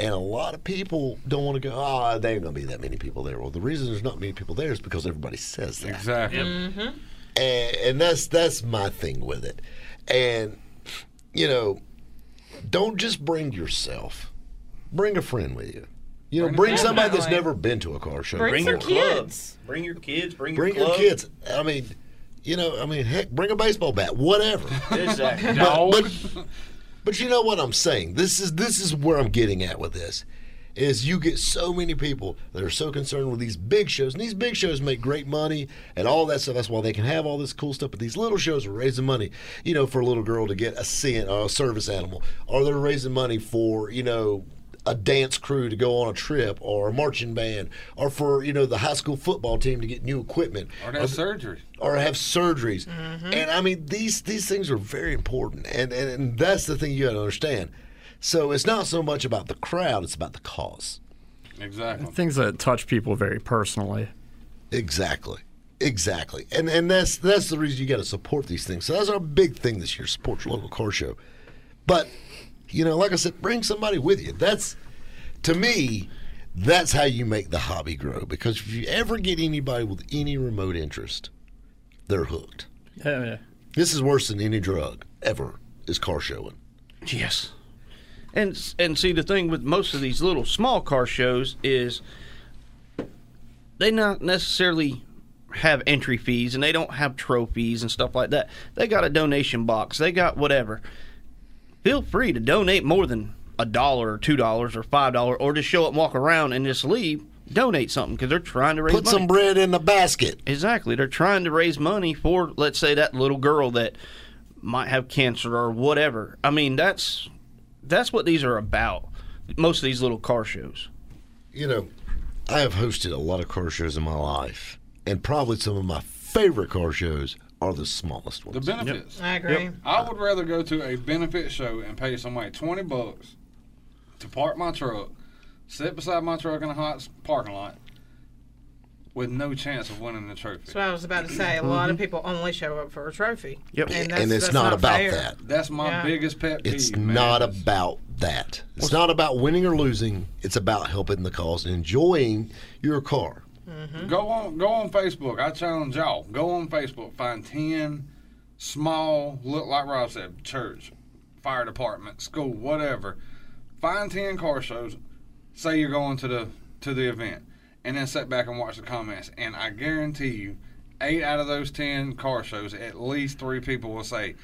Speaker 1: And a lot of people don't want to go, oh, there ain't going to be that many people there. Well, the reason there's not many people there is because everybody says that
Speaker 5: Exactly.
Speaker 1: and, and that's that's my thing with it. And you know, don't just bring yourself. Bring a friend with you. You know, bring somebody that's
Speaker 2: Definitely.
Speaker 1: never been to a car show.
Speaker 2: Bring
Speaker 1: before.
Speaker 2: some kids.
Speaker 3: Bring your kids. Bring your
Speaker 1: Bring your
Speaker 3: club.
Speaker 1: kids. I mean, you know, I mean, heck, bring a baseball bat, whatever.
Speaker 3: Exactly.
Speaker 1: *laughs* but, but but you know what I'm saying. This is this is where I'm getting at with this. Is you get so many people that are so concerned with these big shows, and these big shows make great money and all that stuff. That's why they can have all this cool stuff. But these little shows are raising money, you know, for a little girl to get a scent or a service animal, or they're raising money for you know a dance crew to go on a trip, or a marching band, or for you know the high school football team to get new equipment,
Speaker 5: Or that surgery.
Speaker 1: or have surgeries. And I mean, these these things are very important, and, and and that's the thing you got to understand. So it's not so much about the crowd; it's about the cause.
Speaker 5: Exactly.
Speaker 4: Things that touch people very personally.
Speaker 1: Exactly, exactly. And and that's that's the reason you got to support these things. So that's our big thing this year: support your local car show. But you know, like I said, bring somebody with you. That's to me, that's how you make the hobby grow. Because if you ever get anybody with any remote interest, they're hooked.
Speaker 4: Hell yeah.
Speaker 1: This is worse than any drug ever. Is car showing.
Speaker 3: Yes. And and see the thing with most of these little small car shows is they not necessarily have entry fees and they don't have trophies and stuff like that. They got a donation box. They got whatever. Feel free to donate more than a dollar or two dollars or five dollar or just show up, and walk around, and just leave. Donate something because they're trying to raise
Speaker 1: Put
Speaker 3: money.
Speaker 1: some bread in the basket.
Speaker 3: Exactly. They're trying to raise money for, let's say, that little girl that might have cancer or whatever. I mean, that's that's what these are about. Most of these little car shows.
Speaker 1: you know, I have hosted a lot of car shows in my life, and probably some of my favorite car shows are the smallest
Speaker 5: The
Speaker 1: ones.
Speaker 5: benefits.
Speaker 2: I agree.
Speaker 5: I would rather go to a benefit show and pay somebody twenty bucks to park my truck, sit beside my truck in a hot s- parking lot, with no chance of winning the trophy.
Speaker 2: That's what I was about to say. A lot of people only show up for a trophy.
Speaker 3: Yep.
Speaker 2: that's-
Speaker 1: and it's
Speaker 2: that's
Speaker 1: not, about
Speaker 2: fair.
Speaker 1: that.
Speaker 5: That's my
Speaker 2: Yeah.
Speaker 5: biggest pet peeve.
Speaker 1: It's
Speaker 5: man.
Speaker 1: not about that. It's not about winning or losing. It's about helping the cause and enjoying your car.
Speaker 5: Go on, go on Facebook. I challenge y'all. Go on Facebook. Find ten small, look like Rob said, church, fire department, school, whatever. Find ten car shows. Say you're going to the to the event, and then sit back and watch the comments. And I guarantee you, eight out of those ten car shows, at least three people will say,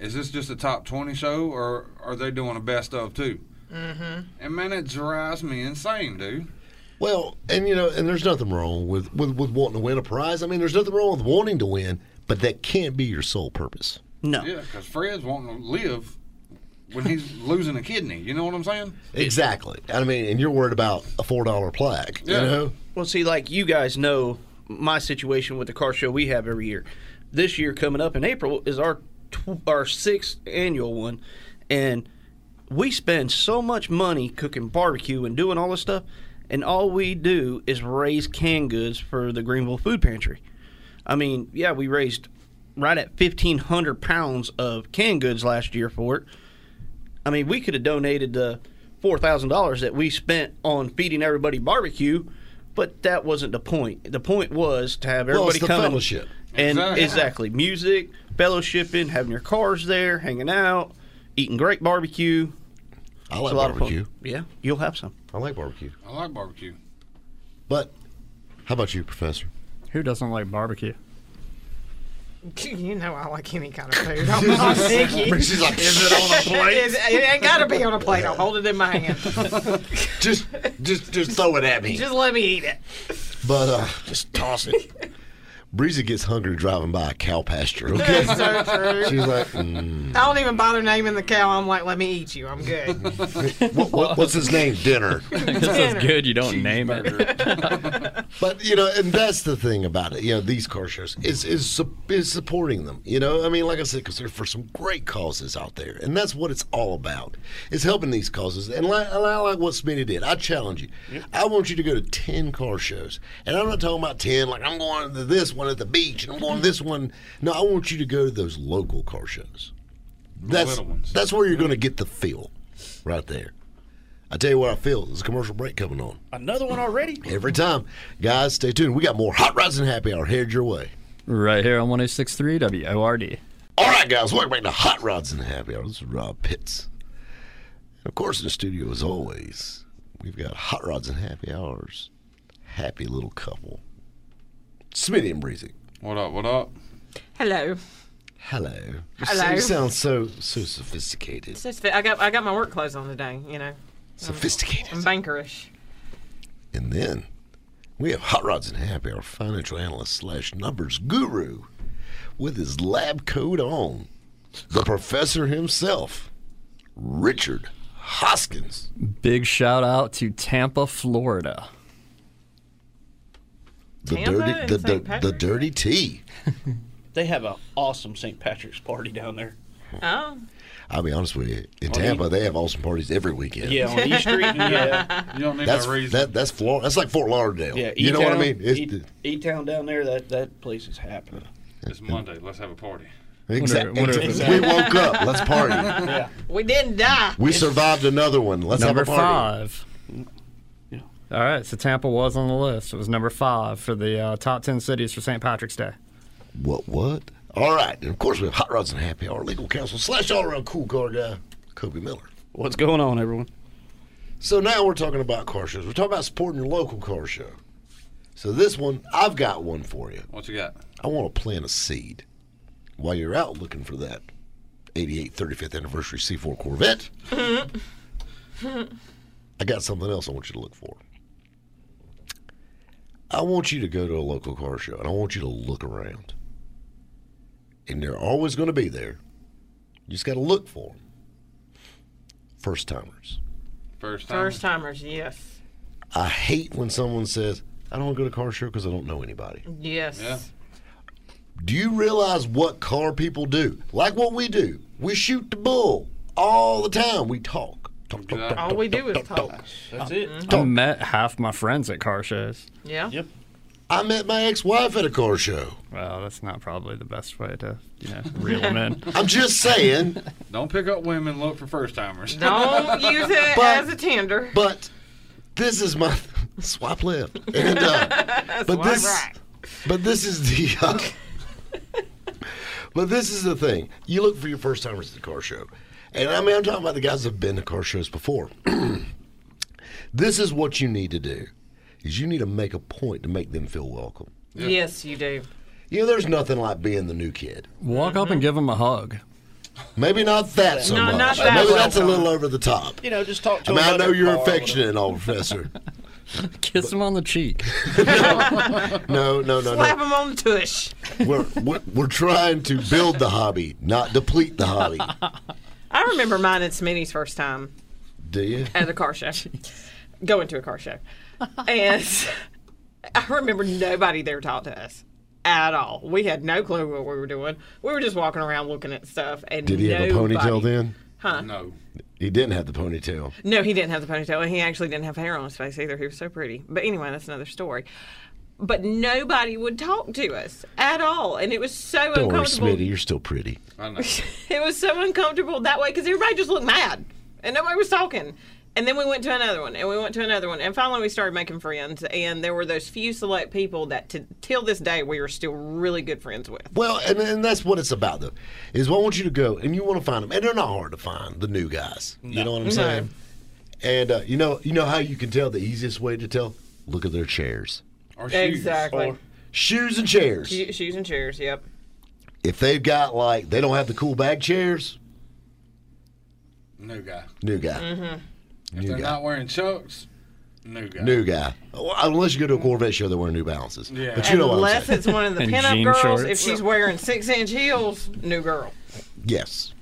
Speaker 5: "Is this just a top twenty show, or are they doing a best of too?" Mm-hmm. And man, it drives me insane, dude.
Speaker 1: Well, and you know, and there's nothing wrong with, with, with wanting to win a prize. I mean, there's nothing wrong with wanting to win, but that can't be your sole purpose.
Speaker 3: No.
Speaker 5: Yeah, because Fred's wanting to live when he's losing a kidney. You know what I'm saying?
Speaker 1: Exactly. I mean, and you're worried about a four dollar plaque.
Speaker 5: Yeah.
Speaker 1: You know?
Speaker 3: Well, see, like you guys know my situation with the car show we have every year. This year coming up in April is our tw- our sixth annual one, and we spend so much money cooking barbecue and doing all this stuff, and all we do is raise canned goods for the Greenville Food Pantry. I mean, yeah, we raised right at fifteen hundred pounds of canned goods last year for it. I mean, we could have donated the four thousand dollars that we spent on feeding everybody barbecue, but that wasn't the point. The point was to have
Speaker 1: Well,
Speaker 3: everybody
Speaker 1: it's the
Speaker 3: come and-
Speaker 1: fellowship.
Speaker 3: and
Speaker 5: Exactly.
Speaker 3: exactly. music, fellowshipping, having your cars there, hanging out, eating great barbecue.
Speaker 1: I
Speaker 3: It's
Speaker 1: like
Speaker 3: a lot
Speaker 1: barbecue.
Speaker 3: of fun. Yeah, you'll have some.
Speaker 1: I like barbecue.
Speaker 5: I like barbecue.
Speaker 1: But how about you,
Speaker 2: *laughs*
Speaker 1: Professor?
Speaker 4: Who doesn't like barbecue?
Speaker 2: *laughs* You know I like any kind of food. I'm
Speaker 1: *laughs*
Speaker 2: not picky.
Speaker 1: She's like,
Speaker 2: It, it ain't got to be on a plate. I'll hold it in my hand.
Speaker 1: *laughs* just just just throw it at me.
Speaker 2: Just let me eat it.
Speaker 1: But uh, just toss it. Breezy gets hungry driving by a cow pasture. Okay,
Speaker 2: That's so true.
Speaker 1: she's like, mm,
Speaker 2: I don't even bother naming the cow. I'm like, let me eat you.
Speaker 1: *laughs*
Speaker 2: I'm good.
Speaker 1: what, what, "What's his name?" Dinner.
Speaker 4: This is good. You don't name it.
Speaker 1: But you know, and that's the thing about it. You know, these car shows is is su- is supporting them. You know, I mean, like I said, because they're for some great causes out there, and that's what it's all about. Is helping these causes, and like, and I like what Smitty did. I challenge you. I want you to go to ten car shows, and I'm not talking about ten. Like I'm going to this one at the beach, and I'm going to this one. No, I want you to go to those local car shows. That's
Speaker 5: little ones.
Speaker 1: that's where you're going to get the feel, right there. I tell you what I feel. There's a commercial break coming on.
Speaker 3: Another one already?
Speaker 1: Every time. Guys, stay tuned. We got more Hot Rods and Happy Hour headed your way.
Speaker 4: Right here on 1063 WORD.
Speaker 1: All right, guys, welcome back to Hot Rods and Happy Hour. This is Rob Pitts. And of course, in the studio, as always, we've got Hot Rods and Happy Hours. Happy little couple. Smitty and Breezy.
Speaker 5: *laughs* What up? What up?
Speaker 2: Hello.
Speaker 1: Hello.
Speaker 2: Hello.
Speaker 1: You sound so, so sophisticated.
Speaker 2: It's just that I got I got my work clothes on today. You know,
Speaker 1: Sophisticated.
Speaker 2: I'm bankerish.
Speaker 1: And then we have Hot Rods and Happy, our financial analyst slash numbers guru, with his lab coat on. The professor himself, Richard Hoskins.
Speaker 4: Big shout out to Tampa, Florida.
Speaker 1: The
Speaker 2: Tampa and
Speaker 1: dirty the,
Speaker 2: St.
Speaker 1: the, the
Speaker 2: Patrick's?
Speaker 1: dirty tea.
Speaker 3: They have an awesome St. Patrick's party down there.
Speaker 2: Oh,
Speaker 1: I'll be honest with you. In Tampa, they have awesome parties every weekend.
Speaker 3: Yeah, on E Street. *laughs* Yeah,
Speaker 5: You don't need
Speaker 1: That's
Speaker 5: no reason.
Speaker 1: that, that's Florida. That's like Fort Lauderdale.
Speaker 3: yeah.
Speaker 1: you know what I
Speaker 3: E-Town,
Speaker 1: mean? It's
Speaker 3: E-
Speaker 1: the-
Speaker 3: E-town down there. That that place is happening.
Speaker 5: it's Monday. Let's have a party.
Speaker 1: exact-
Speaker 4: wonder if it's-
Speaker 1: exactly. We woke up. Let's party.
Speaker 2: we didn't die.
Speaker 1: We survived another one. Let's
Speaker 4: Number
Speaker 1: have a party.
Speaker 4: five. All right, so Tampa was on the list. It was number five for the uh, top 10 cities for St. Patrick's Day.
Speaker 1: What? What? All right, and of course we have Hot Rods and Happy Hour Legal Counsel slash all around cool car guy Kobe Miller.
Speaker 3: What's going on, everyone?
Speaker 1: So now we're talking about car shows. We're talking about supporting your local car show. So this one, I've got one for you.
Speaker 5: What you got?
Speaker 1: I want to plant a seed while you're out looking for that 88 35th anniversary C4 Corvette. I got something else I want you to look for. I want you to go to a local car show and I want you to look around. And they're always going to be there. You just got to look for them. First timers.
Speaker 5: First time.
Speaker 2: First timers, yes.
Speaker 1: I hate when someone says, I don't want to go to car show because I don't know anybody.
Speaker 2: Yes.
Speaker 5: Yeah.
Speaker 1: Do you realize what car people do? Like what we do. We shoot the bull all the time. We talk. Talk, talk, talk,
Speaker 2: All
Speaker 1: talk,
Speaker 2: we do is
Speaker 1: talk,
Speaker 2: talk.
Speaker 3: That's it.
Speaker 4: I met half my friends at car shows.
Speaker 2: Yeah.
Speaker 3: Yep.
Speaker 1: I met my ex-wife at a car show.
Speaker 4: Well, that's not probably the best way to, you know, reel
Speaker 6: *laughs*
Speaker 4: them in.
Speaker 1: I'm just saying.
Speaker 5: Don't pick up women. Look for first timers.
Speaker 2: Don't use it
Speaker 1: But-
Speaker 2: as a Tinder.
Speaker 1: But this is my *laughs* swipe left, and
Speaker 2: *laughs*
Speaker 1: uh, but
Speaker 2: Swipe
Speaker 1: this,
Speaker 2: right.
Speaker 1: but this is the, uh, *laughs* but this is the thing. You look for your first timers at the car show, and I mean I'm talking about the guys that've been to car shows before. *clears throat* this is what you need to do: is you need to make a point to make them feel welcome.
Speaker 2: Yes, you do.
Speaker 1: You know, there's nothing like being the new kid.
Speaker 4: Walk up and give them a hug.
Speaker 1: Maybe not that so
Speaker 2: No,
Speaker 1: much.
Speaker 2: not that
Speaker 1: Maybe that's a
Speaker 2: welcome.
Speaker 1: little over the top.
Speaker 3: You know, just talk
Speaker 1: I
Speaker 3: to
Speaker 1: mean,
Speaker 3: them
Speaker 1: I
Speaker 3: about
Speaker 1: know
Speaker 3: their car
Speaker 1: you're
Speaker 3: or
Speaker 1: affectionate and all, Professor.
Speaker 4: Kiss them on the cheek.
Speaker 1: No, no, no, no.
Speaker 2: Slap him on the tush.
Speaker 1: we're, we're we're trying to build the hobby, not deplete the hobby.
Speaker 2: I remember mine and Smitty's first time
Speaker 1: Do you?
Speaker 2: at a car show. *laughs* Going to a car show. And *laughs* I remember nobody there talked to us at all. We had no clue what we were doing. We were just walking around looking at stuff. And
Speaker 1: Did he have a
Speaker 2: nobody-
Speaker 1: ponytail then?
Speaker 5: No.
Speaker 1: He didn't have the ponytail.
Speaker 2: No, he didn't have the ponytail, and he actually didn't have hair on his face either. He was so pretty. But anyway, that's another story. But nobody would talk to us at all, and it was so
Speaker 1: Don't worry,
Speaker 2: uncomfortable.
Speaker 1: Smitty, you're still pretty.
Speaker 5: I know.
Speaker 2: It was so uncomfortable that way because everybody just looked mad, and nobody was talking. And then we went to another one, and we went to another one, and finally we started making friends. And there were those few select people that, to, till this day, we are still really good friends with.
Speaker 1: Well, and, and that's what it's about, though, is I want you to go and you want to find them, and they're not hard to find. The new guys, you know what I'm saying? And uh, you know, you know how you can tell the easiest way to tell? Look at their chairs,
Speaker 5: Or shoes.
Speaker 2: Exactly.
Speaker 1: shoes and chairs.
Speaker 2: Sho- Shoes and chairs. Yep.
Speaker 1: If they've got like they don't have the cool bag chairs,
Speaker 5: New guy.
Speaker 1: new guy,
Speaker 5: If
Speaker 1: new
Speaker 5: they're
Speaker 1: guy,
Speaker 5: not wearing chucks, new guy.
Speaker 1: new guy. Well, Unless you go to a Corvette show, they're wearing New Balances.
Speaker 5: Yeah.
Speaker 1: But you know what I'm saying?
Speaker 2: Unless it's one of the
Speaker 4: And
Speaker 2: pinup
Speaker 4: jean
Speaker 2: girls, if
Speaker 4: shorts.
Speaker 2: she's wearing six-inch heels, new girl.
Speaker 1: Yes.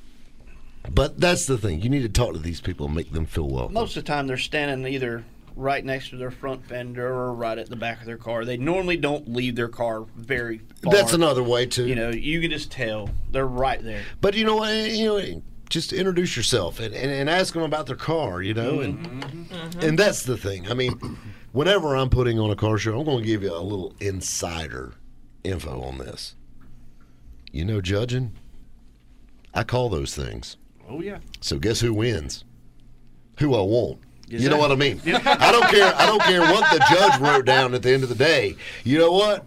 Speaker 1: But that's the thing. You need to talk to these people and make them feel welcome.
Speaker 3: Most of the time, they're standing either right next to their front fender or right at the back of their car. They normally don't leave their car very far.
Speaker 1: that's another way to
Speaker 3: You know, you can just tell they're right there.
Speaker 1: But you know what? You know, just introduce yourself and, and, and ask them about their car. You know, and
Speaker 3: Mm-hmm.
Speaker 1: and that's the thing. I mean, *clears throat* whenever I'm putting on a car show, I'm going to give you a little insider info on this. You know, judging, I call those things.
Speaker 3: Oh yeah.
Speaker 1: So guess who wins? Who I want.
Speaker 3: Yes,
Speaker 1: you know
Speaker 3: sir.
Speaker 1: what I
Speaker 3: *laughs*
Speaker 1: mean? I don't care. I don't care what the judge wrote down at the end of the day. You know what?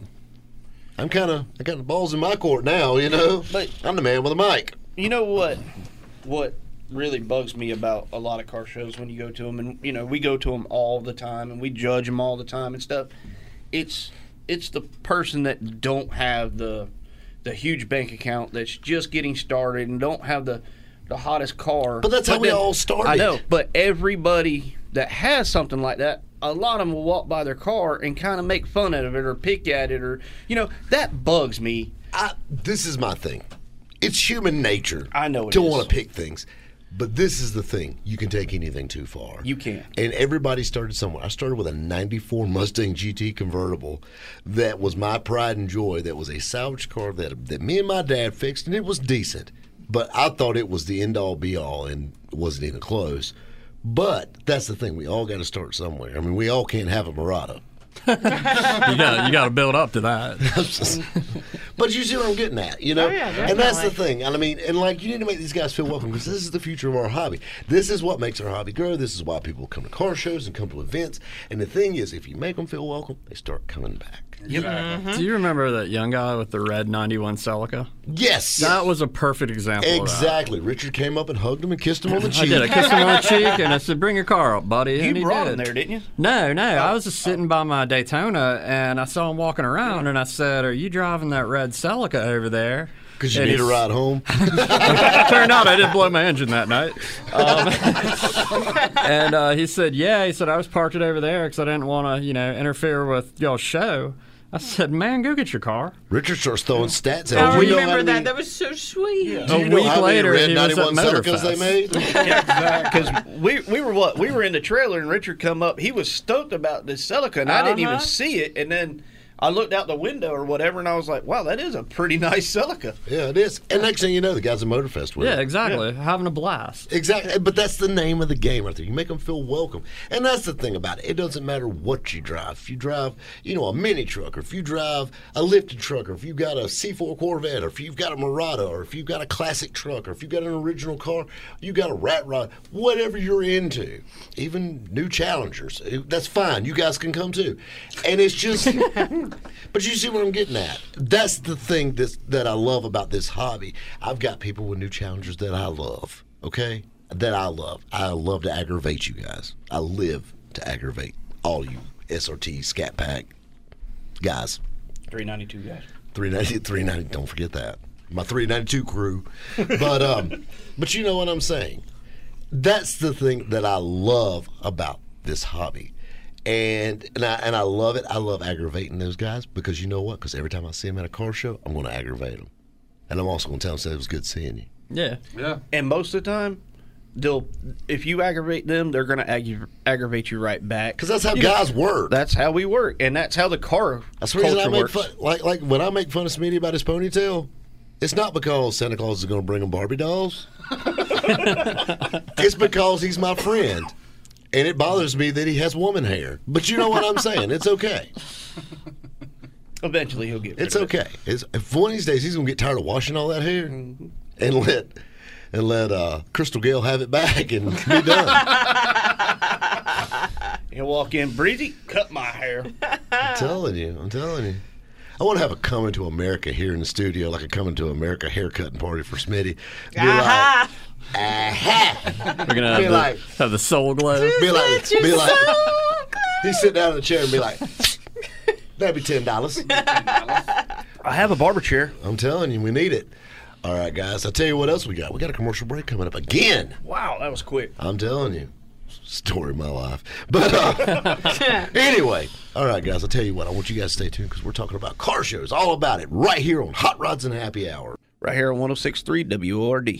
Speaker 1: I'm kind of I got the balls in my court now. You know,
Speaker 3: But-
Speaker 1: I'm the man with a mic.
Speaker 3: You know what? What really bugs me about a lot of car shows when you go to them, and you know we go to them all the time, and we judge them all the time and stuff. It's it's the person that don't have the the huge bank account that's just getting started and don't have the the hottest car.
Speaker 1: But that's how we
Speaker 3: then-
Speaker 1: all started.
Speaker 3: I know, but everybody that has something like that, a lot of them will walk by their car and kind of make fun out of it or pick at it or you know that bugs me.
Speaker 1: I, this is my thing. It's human nature.
Speaker 3: I know it
Speaker 1: to
Speaker 3: is.
Speaker 1: want to pick things, but this is the thing. You can take anything too far.
Speaker 3: You can.
Speaker 1: And everybody started somewhere. I started with a '94 Mustang GT convertible that was my pride and joy. That was a salvage car that that me and my dad fixed, and it was decent. But I thought it was the end all be all, and it wasn't even close. But that's the thing. We all got to start somewhere. I mean, we all can't have a Murata.
Speaker 4: You got you got to build up
Speaker 6: *laughs*
Speaker 4: to that.
Speaker 1: But you see what I'm getting at, you know?
Speaker 2: Oh, yeah,
Speaker 1: and that's the
Speaker 2: definitely.
Speaker 1: thing. And I mean, and like, you need to make these guys feel welcome because this is the future of our hobby. This is what makes our hobby grow. This is why people come to car shows and come to events. And the thing is, if you make them feel welcome, they start coming back.
Speaker 5: Exactly.
Speaker 6: Mm-hmm.
Speaker 4: Do you remember that young guy with the red '91 Celica?
Speaker 1: Yes.
Speaker 4: That was a perfect example. of that.
Speaker 1: exactly. Richard came up and hugged him and kissed him on the
Speaker 4: *laughs* I
Speaker 1: cheek.
Speaker 4: did.
Speaker 1: *laughs*
Speaker 4: I kissed him on the cheek and I said, "Bring your car up, buddy."
Speaker 6: You
Speaker 4: and he
Speaker 6: brought
Speaker 4: did.
Speaker 6: him there, Oh. didn't you?
Speaker 4: No, no. I was just sitting by my Daytona and I saw him walking around and I said, Are you driving that red Celica over there?
Speaker 1: Because you
Speaker 4: And
Speaker 1: need a
Speaker 4: he's-
Speaker 1: ride
Speaker 4: *laughs*
Speaker 1: home.
Speaker 4: Turned out I didn't blow my engine that night. Um, and uh, he said, Yeah. He said, I was parked it over there because I didn't want to, you know, interfere with y'all's show. I said, Man, go get your car.
Speaker 1: Richard starts throwing stats
Speaker 2: I
Speaker 1: out. You know how
Speaker 2: remember that.
Speaker 1: many-
Speaker 2: That was so sweet.
Speaker 1: do you
Speaker 4: A
Speaker 1: know
Speaker 4: week
Speaker 1: how many
Speaker 4: later,
Speaker 1: red
Speaker 4: he was at
Speaker 1: 91 Celicas they
Speaker 4: Motorfest.
Speaker 1: made?
Speaker 5: Exactly.
Speaker 6: Because we, we were what we were in the trailer and Richard come up. He was stoked about this Celica and I didn't even
Speaker 2: Uh-huh.
Speaker 6: see it. And then I looked out the window or whatever and I was like, wow, that is a pretty *laughs* nice Celica.
Speaker 1: yeah, it is. And next thing you know, the guy's at Motorfest with
Speaker 4: Yeah,
Speaker 1: him.
Speaker 4: exactly. Having a blast.
Speaker 1: Exactly, eh, but that's the name of the game right there. You make them feel welcome, and that's the thing about it. It doesn't matter what you drive. If you drive, you know, a mini truck, or if you drive a lifted truck, or if you've got a C4 Corvette, or if you've got a Murata, or if you've got a classic truck, or if you've got an original car, you got a rat rod, whatever you're into, even new challengers. it- That's fine. You guys can come too, and it's just. But you see what I'm getting at. That's the thing that's, that I love about this hobby. I've got people with new challengers that I love, okay? That I love. I love to aggravate you guys. I live to aggravate all you SRT, Scat Pack guys.
Speaker 3: 392 guys.
Speaker 1: 390, 390, don't forget that. My 392 crew. But um, but you know what I'm saying. That's the thing that I love about this hobby. And and I, and I love it. I love aggravating those guys because you know what? Because every time I see them at a car show, I'm going to aggravate them. And I'm also going to tell them, say, it was good seeing you.
Speaker 4: Yeah.
Speaker 5: Yeah.
Speaker 6: And most of the time, they'll if you aggravate them, they're going to aggra- aggravate you right back.
Speaker 1: Because that's how
Speaker 6: You know,
Speaker 1: guys work.
Speaker 6: that's how we work, and that's how the car
Speaker 1: That's the reason I
Speaker 6: culture
Speaker 1: make
Speaker 6: works.
Speaker 1: fun. Like, like when I make fun of Smitty about his ponytail, it's not because Santa Claus is going to bring him Barbie dolls. it's because he's my friend. And it bothers me that he has woman hair. But you know what I'm saying? It's okay.
Speaker 6: Eventually, he'll get. Rid
Speaker 1: It's
Speaker 6: of it.
Speaker 1: okay. It's, if one of these days he's going to get tired of washing all that hair and let and let uh, Crystal Gale have it back and be done.
Speaker 6: He'll walk in breezy, cut my
Speaker 1: *laughs*
Speaker 6: hair.
Speaker 1: I'm telling you. I'm telling you. I want to have a coming to America here in the studio, like a coming to America haircutting party for Smitty. Be like,
Speaker 2: Aha.
Speaker 1: Aha.
Speaker 4: We're going to
Speaker 1: Be
Speaker 4: have,
Speaker 1: like-
Speaker 4: the- have the soul glow.
Speaker 1: Be like,
Speaker 2: You're
Speaker 1: be like, *laughs*
Speaker 2: so
Speaker 1: he sit down in the chair and be like, that'd be ten dollars.
Speaker 6: I have a barber chair.
Speaker 1: I'm telling you, we need it. All right, guys. I tell you what else we got. We got a commercial break coming up again.
Speaker 6: Wow, that was quick.
Speaker 1: I'm telling you, story of my life. But uh, anyway, all right, guys. I will tell you what. I want you guys to stay tuned because we're talking about car shows, all about it, right here on Hot Rods and Happy Hour.
Speaker 6: Right here on 1063 WORD.